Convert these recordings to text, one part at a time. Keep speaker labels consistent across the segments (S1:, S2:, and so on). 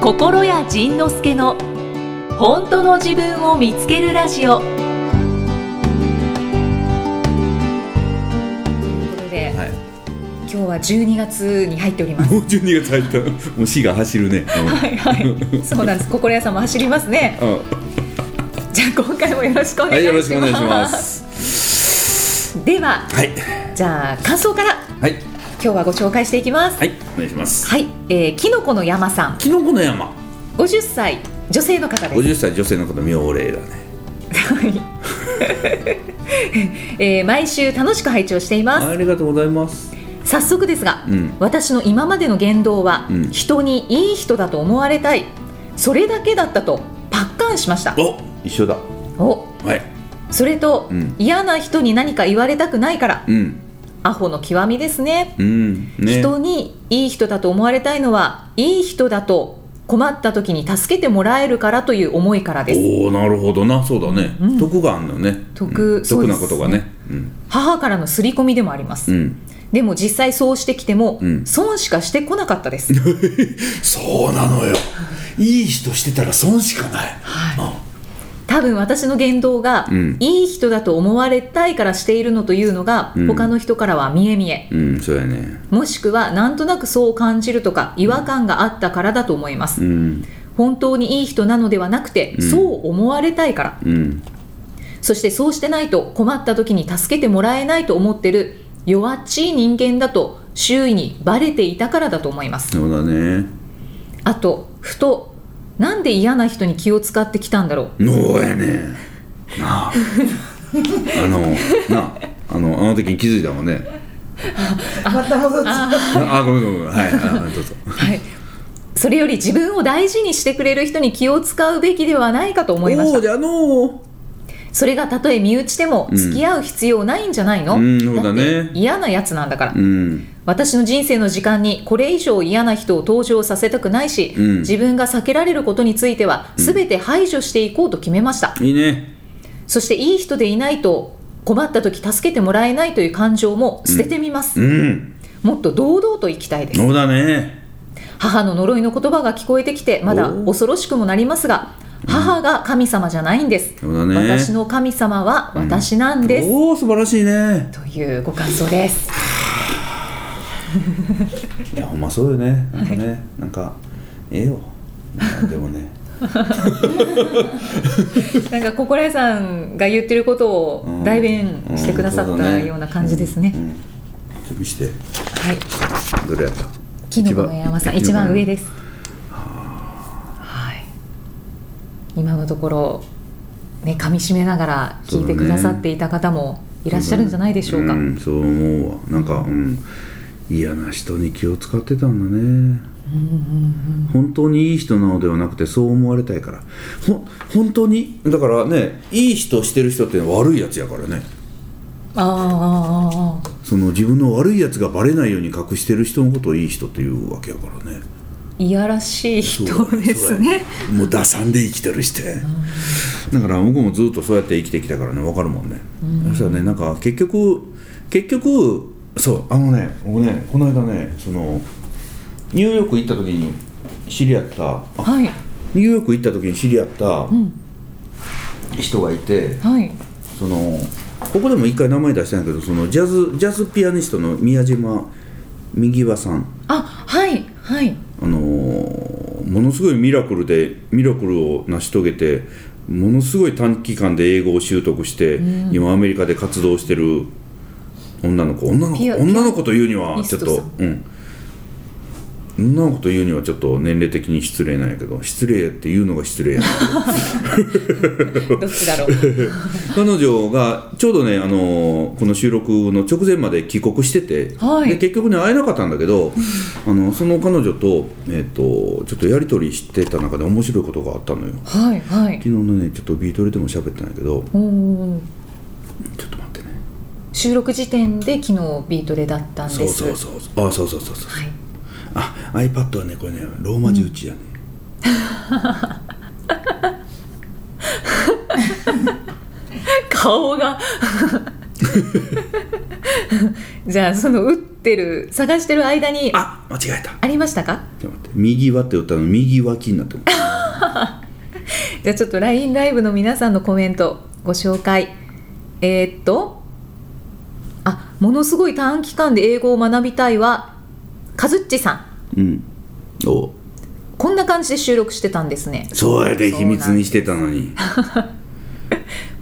S1: 心谷仁之助の本当の自分を見つけるラジオということで、
S2: はい
S1: 今日は12月に入っており ます
S2: もう12月入ったもう死が走るね、うん
S1: はいはいそうなんです心屋さんも走りますね
S2: うん
S1: じゃあ今回もよろしくお
S2: は
S1: 願い
S2: い
S1: し
S2: よろ
S1: ま
S2: し
S1: す,、
S2: くお願いします
S1: では
S2: はい
S1: じゃあ感想から
S2: はい
S1: 今日はご紹介していきます
S2: はいお願いします
S1: はい、えー、きのこの山さん
S2: キノコの山
S1: 50歳女性の方です
S2: 50歳女性の方妙齢だね
S1: えー毎週楽しく拝聴しています
S2: ありがとうございます
S1: 早速ですが、
S2: うん
S1: 私の今までの言動は、
S2: うん
S1: 人にいい人だと思われたいそれだけだったとパッカンしました
S2: お一緒だ
S1: お
S2: はい
S1: それと、
S2: うん
S1: 嫌な人に何か言われたくないから
S2: うん
S1: アホの極みですね
S2: うんね
S1: 人にいい人だと思われたいのはいい人だと困った時に助けてもらえるからという思いからです
S2: おおなるほどなそうだね、
S1: うん
S2: 得があんのね
S1: 得
S2: うん
S1: そう
S2: 得
S1: で
S2: な
S1: す
S2: ことがねうん
S1: 母からの刷り込みでもあります、
S2: うん
S1: でも実際そうしてきても、
S2: うん
S1: 損しかしてこなかったです
S2: そうなのよいい人してたら損しかない、は
S1: 多分私の言動が、
S2: うん
S1: いい人だと思われたいからしているのというのが、
S2: うん
S1: 他の人からは見え見え
S2: うんそうやね
S1: もしくはなんとなくそう感じるとか違和感があったからだと思います、
S2: うん
S1: 本当にいい人なのではなくて、
S2: うん
S1: そう思われたいから
S2: うん
S1: そしてそうしてないと困った時に助けてもらえないと思ってる弱っちい人間だと周囲にバレていたからだと思います
S2: そうだね
S1: あとふとなんで嫌な人に気を使ってきたんだろう
S2: そうやね なああのなああのあの時に気づいたもんね
S3: また戻っちゃう。
S2: ああごめんごめんごめんはいあどうぞ
S1: はい、それより自分を大事にしてくれる人に気を使うべきではないかと思いま
S2: お
S1: し
S2: う
S1: た
S2: じゃの
S1: それがたとえ身内でも
S2: うん
S1: 付き合う必要ないんじゃないの、
S2: うんそうだね
S1: って嫌なやつなんだから、
S2: うん
S1: 私の人生の時間にこれ以上嫌な人を登場させたくないし、
S2: うん
S1: 自分が避けられることについては全て排除していこうと決めました、
S2: いいね
S1: そしていい人でいないと困った時助けてもらえないという感情も捨ててみます、
S2: うん
S1: もっと堂々と生きたいです
S2: そうだね
S1: 母の呪いの言葉が聞こえてきてまだ
S2: おー
S1: 恐ろしくもなりますが母が神様じゃないんです、
S2: そうだね
S1: 私の神様は私なんです、
S2: おお素晴らしいね
S1: というご感想です
S2: いやほんまそうよねなんかね、なんかええよなんかで もね
S1: なんか心得さんが言ってること
S2: う
S1: を
S2: ん
S1: 代弁してくださ
S2: ん
S1: っ
S2: そう
S1: た
S2: だね
S1: ような感じですね,、
S2: うんうんちょっと見して
S1: はい
S2: どれやった
S1: キノコの山さん一番上ですすはい今のところね噛み締めながら聞いてくださっていた方もいらっしゃるんじゃないでしょうか
S2: ん、そう思うわなんかうん嫌な人に気を使ってたんだね、本当にいい人なのではなくてそう思われたいからほ本当にだからねいい人してる人って悪いやつやからね
S1: ああああああ
S2: その自分の悪いやつがバレないように隠してる人のことをいい人っていうわけやからね
S1: いやらしい人ですね。
S2: そうもう打算で生きてるして、だから僕もずっとそうやって生きてきたからね分かるもんね、そしたらねなんか結局結局そうあのね僕ねこの間ねそのニューヨーク行った時に知り合ったあ
S1: はい、
S2: ニューヨーク行った時に知り合った
S1: ん
S2: 人がいて、
S1: はい、
S2: そのここでも一回名前出したんやけどそのジャズジャズピアニストの宮島右輪さん
S1: あ、はい、 はい、
S2: あのーものすごいミラクルでミラクルを成し遂げてものすごい短期間で英語を習得して、今アメリカで活動してる女の子女の子
S1: ピア
S2: 女の子というに
S1: ピ
S2: は
S1: アニ
S2: ちょ
S1: スト
S2: っと
S1: さん
S2: うん女の子というにはちょっと年齢的に失礼なんやけど失礼っていうのが失礼やな
S1: どっちだろう。
S2: 彼女がちょうどねあのーこの収録の直前まで帰国してて、
S1: はい
S2: で結局ね会えなかったんだけどあのその彼女と,、えっとちょっとやり取りしてた中で面白いことがあったのよ
S1: はい、はい。
S2: 昨日のねちょっとビートルでも喋ったんだけど
S1: おー
S2: ちょっと待ってね
S1: 収録時点で昨日ビートレだったんです。
S2: そうそうそうそうあそうそうそうそう
S1: はい。
S2: あ iPad はねこれねローマ字打ちやね、
S1: 顔がじゃあその打ってる探してる間にあ
S2: あ間違えた
S1: りましたか
S2: ちょっと待って右はって打ったの右脇になってます
S1: じゃあちょっと LINE ライブの皆さんのコメントご紹介えーっとあものすごい短期間で英語を学びたいはカズッチさん
S2: うんお
S1: こんな感じで収録してたんですね
S2: そうやで秘密にしてたのに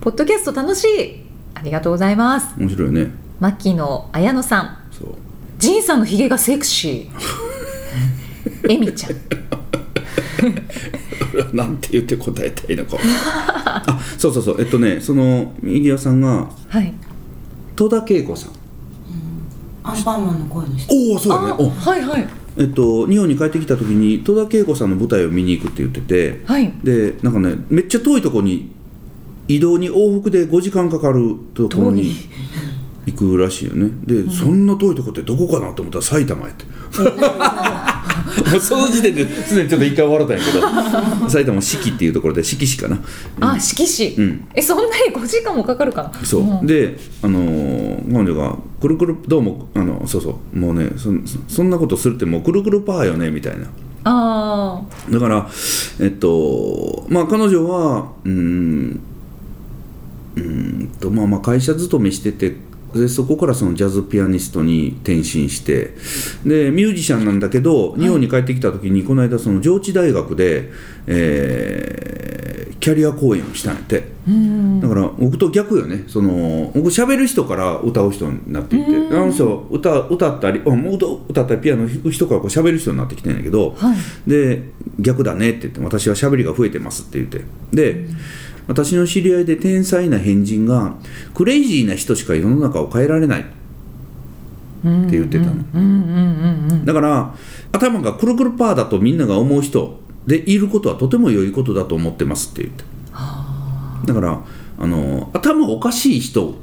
S1: ポッドキャスト楽しいありがとうございます
S2: 面白いね
S1: 牧野綾乃さん
S2: そう
S1: ジンさんのヒゲがセクシ ーエミちゃん
S2: なんて言って答えたいのかあそうそうそうえっとねその右輪さんが
S1: はい
S2: 戸田恵子さん
S3: アンパンマンの声の人
S2: おおそ
S1: あ
S2: うだねお
S1: はいはい
S2: えっと日本に帰ってきた時に戸田恵子さんの舞台を見に行くって言ってて
S1: はい
S2: でなんかねめっちゃ遠いとこに移動に往復で5時間かかるところに行くらしいよねで、そんな遠いとこってどこかなと思ったら埼玉や ってもうその時点ですでにちょっと一回笑ったんやけど埼玉四季っていうところで四季市かな
S1: あ色紙、
S2: うん
S1: えそんなに5時間もかかるかな
S2: そう、
S1: ん
S2: であのー彼女が「くるくるどうもあのそうそうもうねそそそんなことするってもうくるくるパーよね」みたいな
S1: ああ
S2: だからえっとまあ彼女はうーんうーんとまあまあ会社勤めしててでそこからそのジャズピアニストに転身してでミュージシャンなんだけど日本に帰ってきた時にこの間その上智大学で、えーキャリア講演をしたんやって。
S1: うん
S2: だから僕と逆よねその僕喋る人から歌う人になっていてあの人歌歌ったりあもう歌歌ったりピアノ弾く人からこう喋る人になってきてんだけど、
S1: はい
S2: で逆だねって言って私は喋りが増えてますって言ってで私の知り合いで天才な変人がクレイジーな人しか世の中を変えられないって
S1: うん
S2: 言ってたの、
S1: うんうんうんうん
S2: だから頭がくるくるパーだとみんなが思う人でいることはとても良いことだと思ってますって言ってだからあの頭おかしい人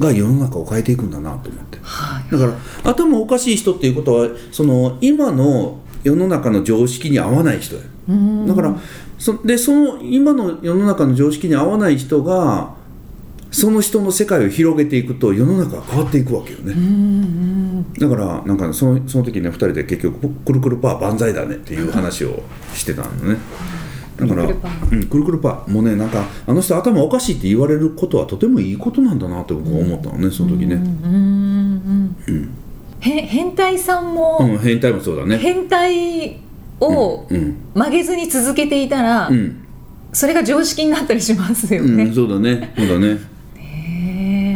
S2: が世の中を変えていくんだなと思って
S1: はい
S2: だから頭おかしい人っていうことはその今の世の中の常識に合わない人や
S1: うん
S2: だからそでその今の世の中の常識に合わない人がその人の世界を広げていくと世の中が変わっていくわけよね、だからなんかそのその時ね2人で結局「くるくるパー万歳だね」っていう話をしてたのねだから
S1: くるくるパ
S2: うん、くるくるパーもうねなんかあの人頭おかしいって言われることはとてもいいことなんだなって僕は思ったのねその時ね
S1: うんうんうんへ変態さん
S2: う
S1: も
S2: ん変態もそうだね
S1: 変態を
S2: うん
S1: 曲げずに続けていたら、
S2: うん、
S1: それが常識になったりしますよ
S2: う
S1: ね、
S2: ん、そうだねそうだね
S1: へ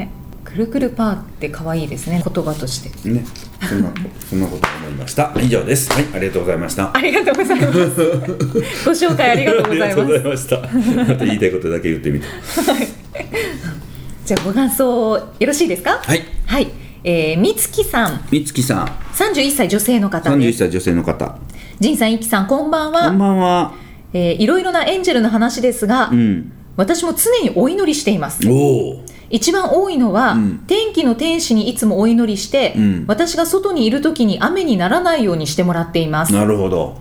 S1: えくるくるパーって可愛いですね言葉として
S2: ねそんなそんなこと思いました以上ですはいありがとうございました
S1: ありがとうござ いますご紹介ありがとうございます
S2: ありがとうございました。また言いたいことだけ言ってみた。
S1: じゃあご感想よろしいですか
S2: はい
S1: はい、えー、みつきさん
S2: みつきさん、
S1: 31歳女性の方
S2: 三十
S1: で
S2: 一
S1: す
S2: 歳女性の方。
S1: 仁さんいきさんこんばんは
S2: こんばんは。
S1: えーいろいろなエンジェルの話ですが、
S2: うん。
S1: 私も常にお祈りしています
S2: おお。
S1: 一番多いのは、
S2: うん
S1: 天気の天使にいつもお祈りして、
S2: うん
S1: 私が外にいる時に雨にならないようにしてもらっています
S2: なるほど。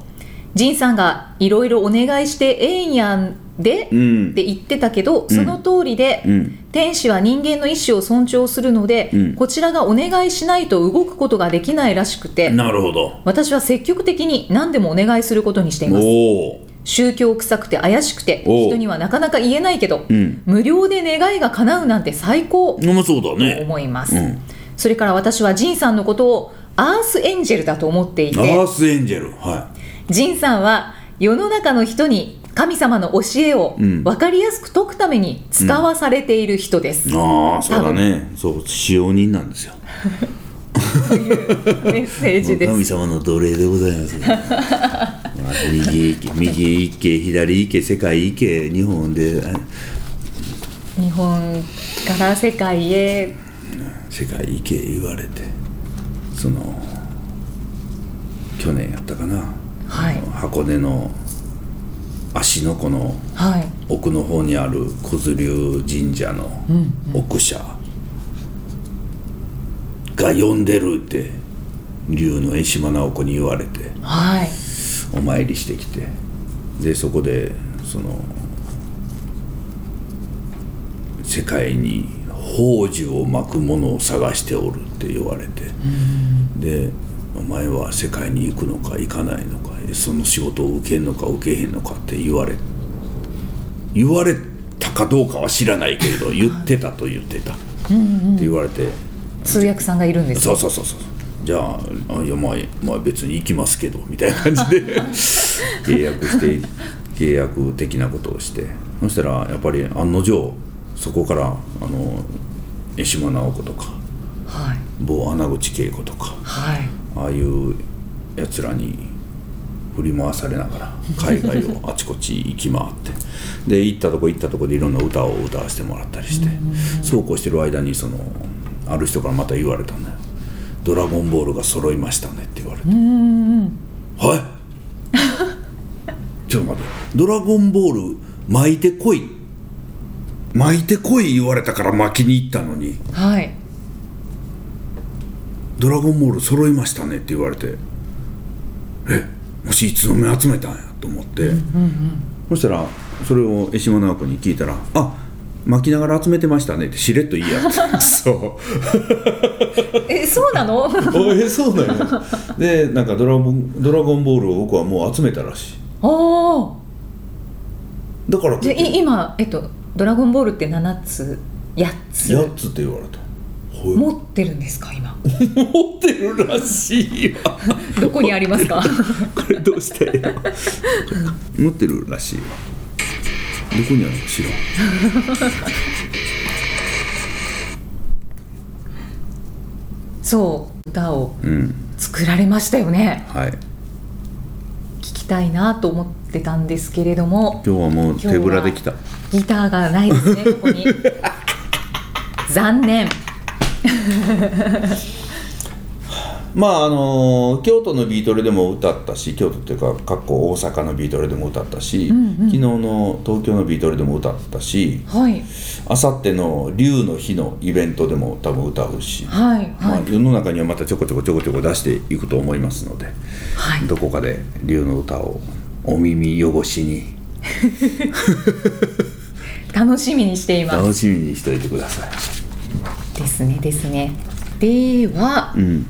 S1: 仁さんがいろいろお願いしてええんやんで、
S2: うん
S1: って言ってたけどその通りで、
S2: うん。
S1: 天使は人間の意思を尊重するので、
S2: うん
S1: こちらがお願いしないと動くことができないらしくて
S2: なるほど。
S1: 私は積極的に何でもお願いすることにしています
S2: おお。
S1: 宗教臭くて怪しくて
S2: おう
S1: 人にはなかなか言えないけど、
S2: うん。
S1: 無料で願いが叶うなんて最高
S2: うまそうだ
S1: と
S2: ね。
S1: 思います、
S2: うん。
S1: それから私はジンさんのことをアースエンジェルだと思ってい
S2: ア
S1: て
S2: ースエンジェル。は
S1: ジンさんは世の中の人に神様の教えを
S2: うん
S1: 分かりやすく解くために使わされている人です、
S2: い。ああ、そうだね。そう、使用人なんですよ。
S1: メッセージです
S2: 神様の奴隷でございます。まあ右行け、右行け、左行け、世界行け、日本で。あ
S1: 日本から世界へ
S2: 世界行け言われてその去年やったかな
S1: はい
S2: 箱根の芦ノ湖の
S1: はい
S2: 奥の方にある九頭龍神社の奥者が呼んでるって龍の江島直子に言われて
S1: はい
S2: お参りしてきてでそこでその世界に宝珠を巻くものを探しておるって言われて、でお前は世界に行くのか行かないのかその仕事を受けんのか受けへんのかって言われ言われたかどうかは知らないけれど言ってたと言ってたって言われて、
S1: 通訳さんがいるんです
S2: そう
S1: よ
S2: そうそうそうじゃああいや、まあ、まあ別に行きますけどみたいな感じで契約して契約的なことをしてそしたらやっぱり案の定そこからあの江島直子とか
S1: はい
S2: 某穴口恵子とか
S1: はい
S2: ああいうやつらに振り回されなが ら海外をあちこち行き回ってで行ったとこ行ったとこでいろんな歌を歌わせてもらったりしてそうこうしてる間にそのある人からまた言われたんだよ「ドラゴンボールが揃いましたね」って言われて「はい ちょっと待ってドラゴンボール巻いてこい」巻いてこい言われたから巻きに行ったのに
S1: はい
S2: ドラゴンボール揃いましたねって言われてえもしいつの目集めたんやと思って、そしたらそれを江島直子に聞いたら「あ巻きながら集めてましたね」ってしれっと言いや ってそう
S1: えそうなの
S2: おえそうだよでなんかドラゴン「ドラゴンボール」を僕はもう集めたらしい
S1: おお
S2: だから
S1: じゃあい今えっと「ドラゴンボール」って7つ8つ
S2: 8つって言われたほい
S1: 持ってるんですか今
S2: 持ってるらしいわ
S1: どこにあります か
S2: これどうしたよ持ってるらしいわどこにあるの知らん
S1: そう歌を
S2: うん
S1: 作られましたよね
S2: はい
S1: 聞きたいなと思ってたんですけれども
S2: 今日はもう手ぶらできた
S1: ギターがない ですねここに残念
S2: まああのー京都のビートルでも歌ったし京都っていうかかっこ大阪のビートルでも歌ったし、昨日の東京のビートルでも歌ったし
S1: はい
S2: あさっての龍の日のイベントでも多分歌うし、
S1: はい
S2: ま
S1: は
S2: あ、
S1: い、
S2: 世の中にはまたちょこちょこちょこちょこ出していくと思いますので、
S1: はい、
S2: どこかで龍の歌をお耳汚しに
S1: 楽しみにしています
S2: 楽しみにしておいてください。
S1: ですねですねでは、
S2: ん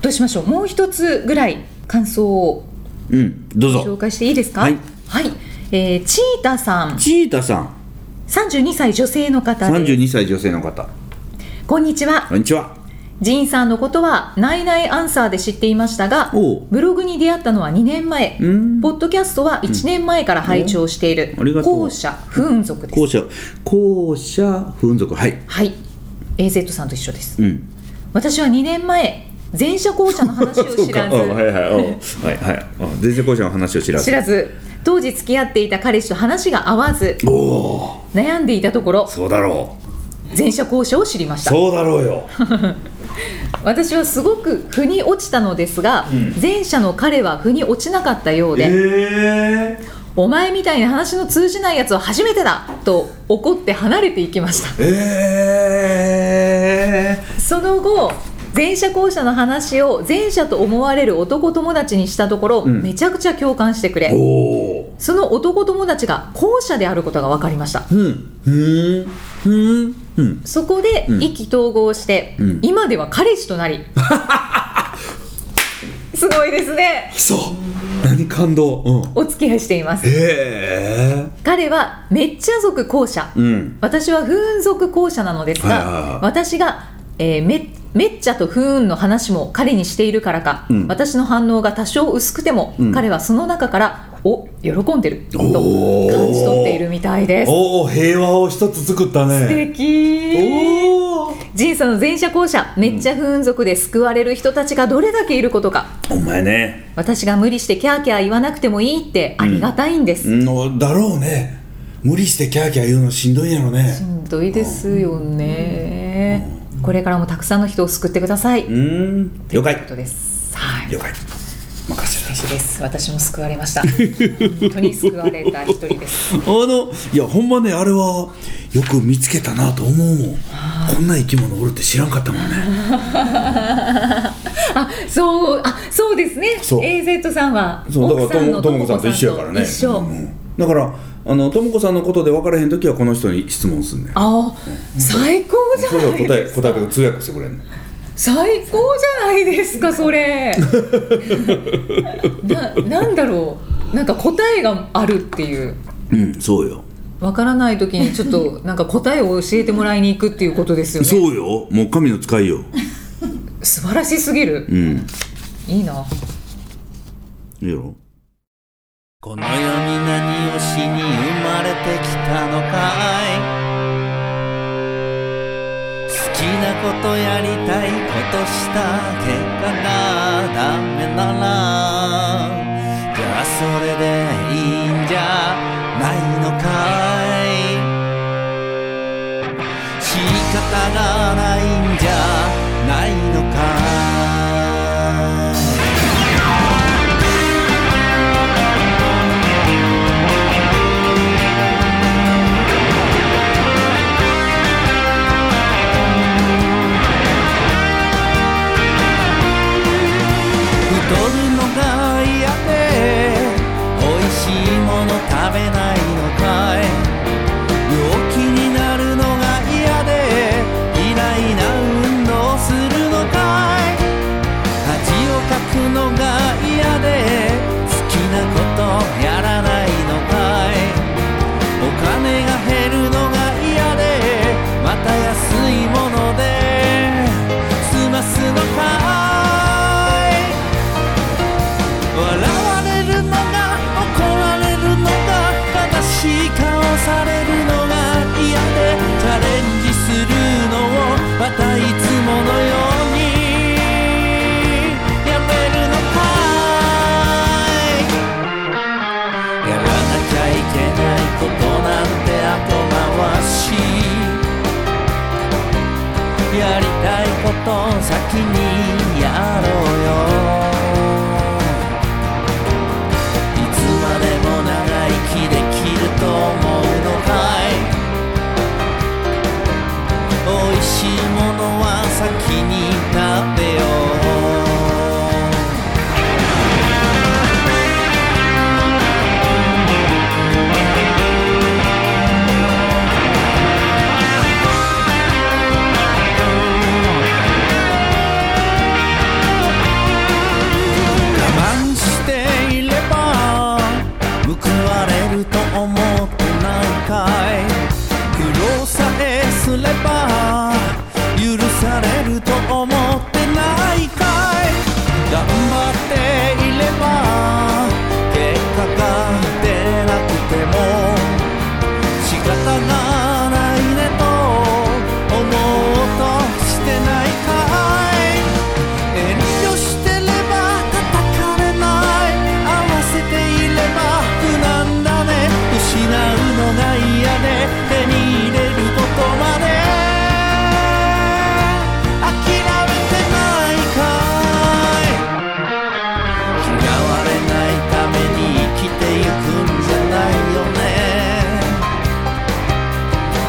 S1: どうしましょうもう一つぐらい感想を
S2: うん、どう
S1: 紹
S2: ぞ
S1: 介していいですか
S2: はい、
S1: はいえーチータさん
S2: チータさん
S1: 32歳女性の方です
S2: 32歳女性の方
S1: こんにちは
S2: こんにちは
S1: ジンさんのことはナイナイアンサーで知っていましたが
S2: おう
S1: ブログに出会ったのは2年前
S2: ん
S1: ポッドキャストは1年前から拝聴している
S2: おありがとう
S1: 後者不運族です
S2: 後者後者奮族はい
S1: はい AZ さんと一緒です
S2: うん
S1: 私は2年前前者後者の話を知らず
S2: そうかうんはいはいうんはいはいうん前世講師の話を知らず
S1: 知らず当時付き合っていた彼氏と話が合わず
S2: おお
S1: 悩んでいたところ
S2: そうだろう
S1: 前者後者を知りました
S2: そうだろうよ
S1: 私はすごく腑に落ちたのですが、前者の彼は腑に落ちなかったようで、
S2: え
S1: お前みたいな話の通じないやつは初めてだと怒って離れていきました
S2: ええ
S1: その後前者後者の話を前者と思われる男友達にしたところ、
S2: ん
S1: めちゃくちゃ共感してくれ
S2: ー、おお
S1: その男友達が後者であることが分かりました
S2: うんうんうんうん
S1: そこで意気投合して、
S2: ん
S1: 今では彼氏となり すごいですね
S2: そう何感動うん
S1: お付き合いしています
S2: ええ
S1: 彼はめっちゃ族後者、
S2: うん
S1: 私は不運族後者なのですが、
S2: はいはいはい
S1: 私が、えーめめっちゃと不運の話も彼にしているからか、
S2: うん
S1: 私の反応が多少薄くても、
S2: うん
S1: 彼はその中からお喜んでると感
S2: おー
S1: じ取っているみたいです
S2: おお平和を一つ作った
S1: 素
S2: ね
S1: 敵
S2: おお
S1: ジンさんの前者後者めっちゃ不運族で救われる人たちがどれだけいることか
S2: お前ね
S1: 私が無理してキャーキャー言わなくてもいいってありがたいんです、
S2: のだろうね無理してキャーキャー言うのしんどいやろね
S1: しんどいですよね、これからもたくさんの人を救ってください、
S2: うーん了解
S1: ことですはい
S2: 了解任せてください
S1: です私も救われました本当に救われた一人です
S2: あのいやほんまねあれはよく見つけたなと思うもんこんな生き物おるって知らんかったもんね
S1: あそうあそうですね
S2: そう
S1: AZ さんは
S2: そうだか
S1: 奥
S2: らと
S1: さん
S2: も
S1: の
S2: ともこさんと一緒やからね
S1: 一緒、
S2: うんだからあのとも子さんのことで分からへん時はこの人に質問すんねん
S1: ああ最高じゃ
S2: それ
S1: な
S2: を
S1: い
S2: 答え
S1: です
S2: 答え
S1: か
S2: とか通訳してくれんねん
S1: 最高じゃないですかそ れななんだろうなんか答えがあるっていう
S2: うんそうよ
S1: わからない時にちょっとなんか答えを教えてもらいに行くっていうことですよね
S2: そうよもう神の使いよ
S1: 素晴らしすぎる
S2: うん
S1: いいない
S2: いやろ
S4: この世に何をしに生まれてきたのかい好きなことやりたいことした結果がダメならじゃあそれでいいんじゃないのかい仕方がないんじゃないのかい太るのが嫌で美味しいもの食べないのかい病気になるのが嫌で嫌いな運動するのかい恥をかくのが嫌で好きなことやらないのかいお金が減るのが嫌でまた安いもので済ますのかい笑われるのが怒られるのが悲しい顔されるのが嫌でチャレンジするのをまたいつものようにやめるのかいやらなきゃいけないことなんて後回しやりたいこと先にやろうよいつまでも長生きできると思うのかい美味しいものは先に食べよう我慢していれば報われると思ってないかい苦労さえすれば許されると思ってないかい頑張っていれば結果が出なくても仕方がないねと思おうとしてないかい遠慮してれば叩かれない合わせていれば無難だね失うのが嫌で手に入れることまで諦めてないかい嫌われないために生きてゆくんじゃないよね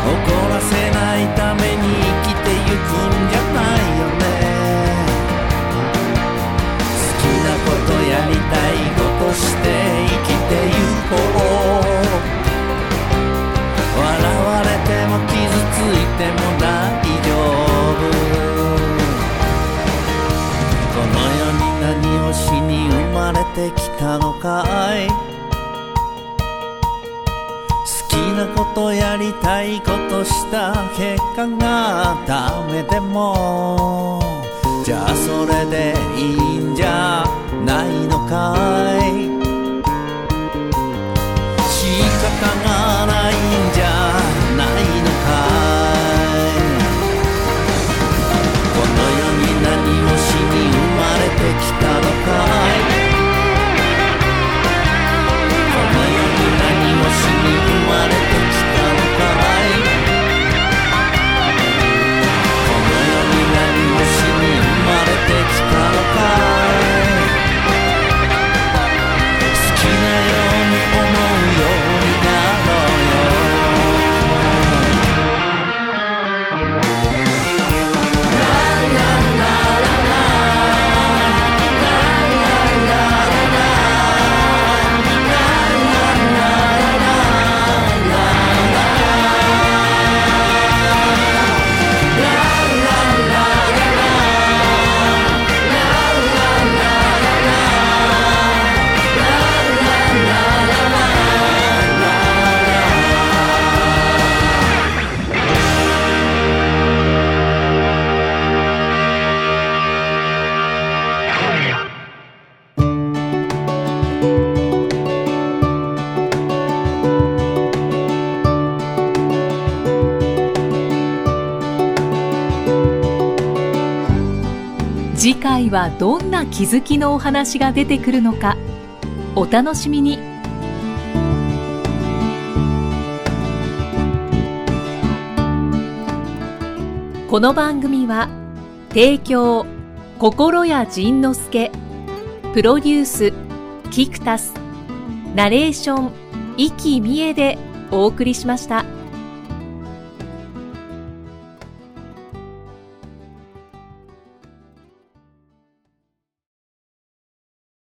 S4: 怒らせないために生きてゆくんじゃないよね好きなことやりたいことして生きてゆこう笑われても傷ついても大丈夫この世に何をしに生まれてきたのかい好きなことやりたいことした結果がダメでもじゃあそれでいいんじゃないのかい仕方がないんじゃないのかいこの世に何をしに生まれてきたのかいこの世に何をしに生まれてきたのかいこの世に何をし
S1: 次回はどんな気づきのお話が出てくるのかお楽しみにこの番組は提供心谷仁之助プロデュースキクタスナレーション生きみえでお送りしました。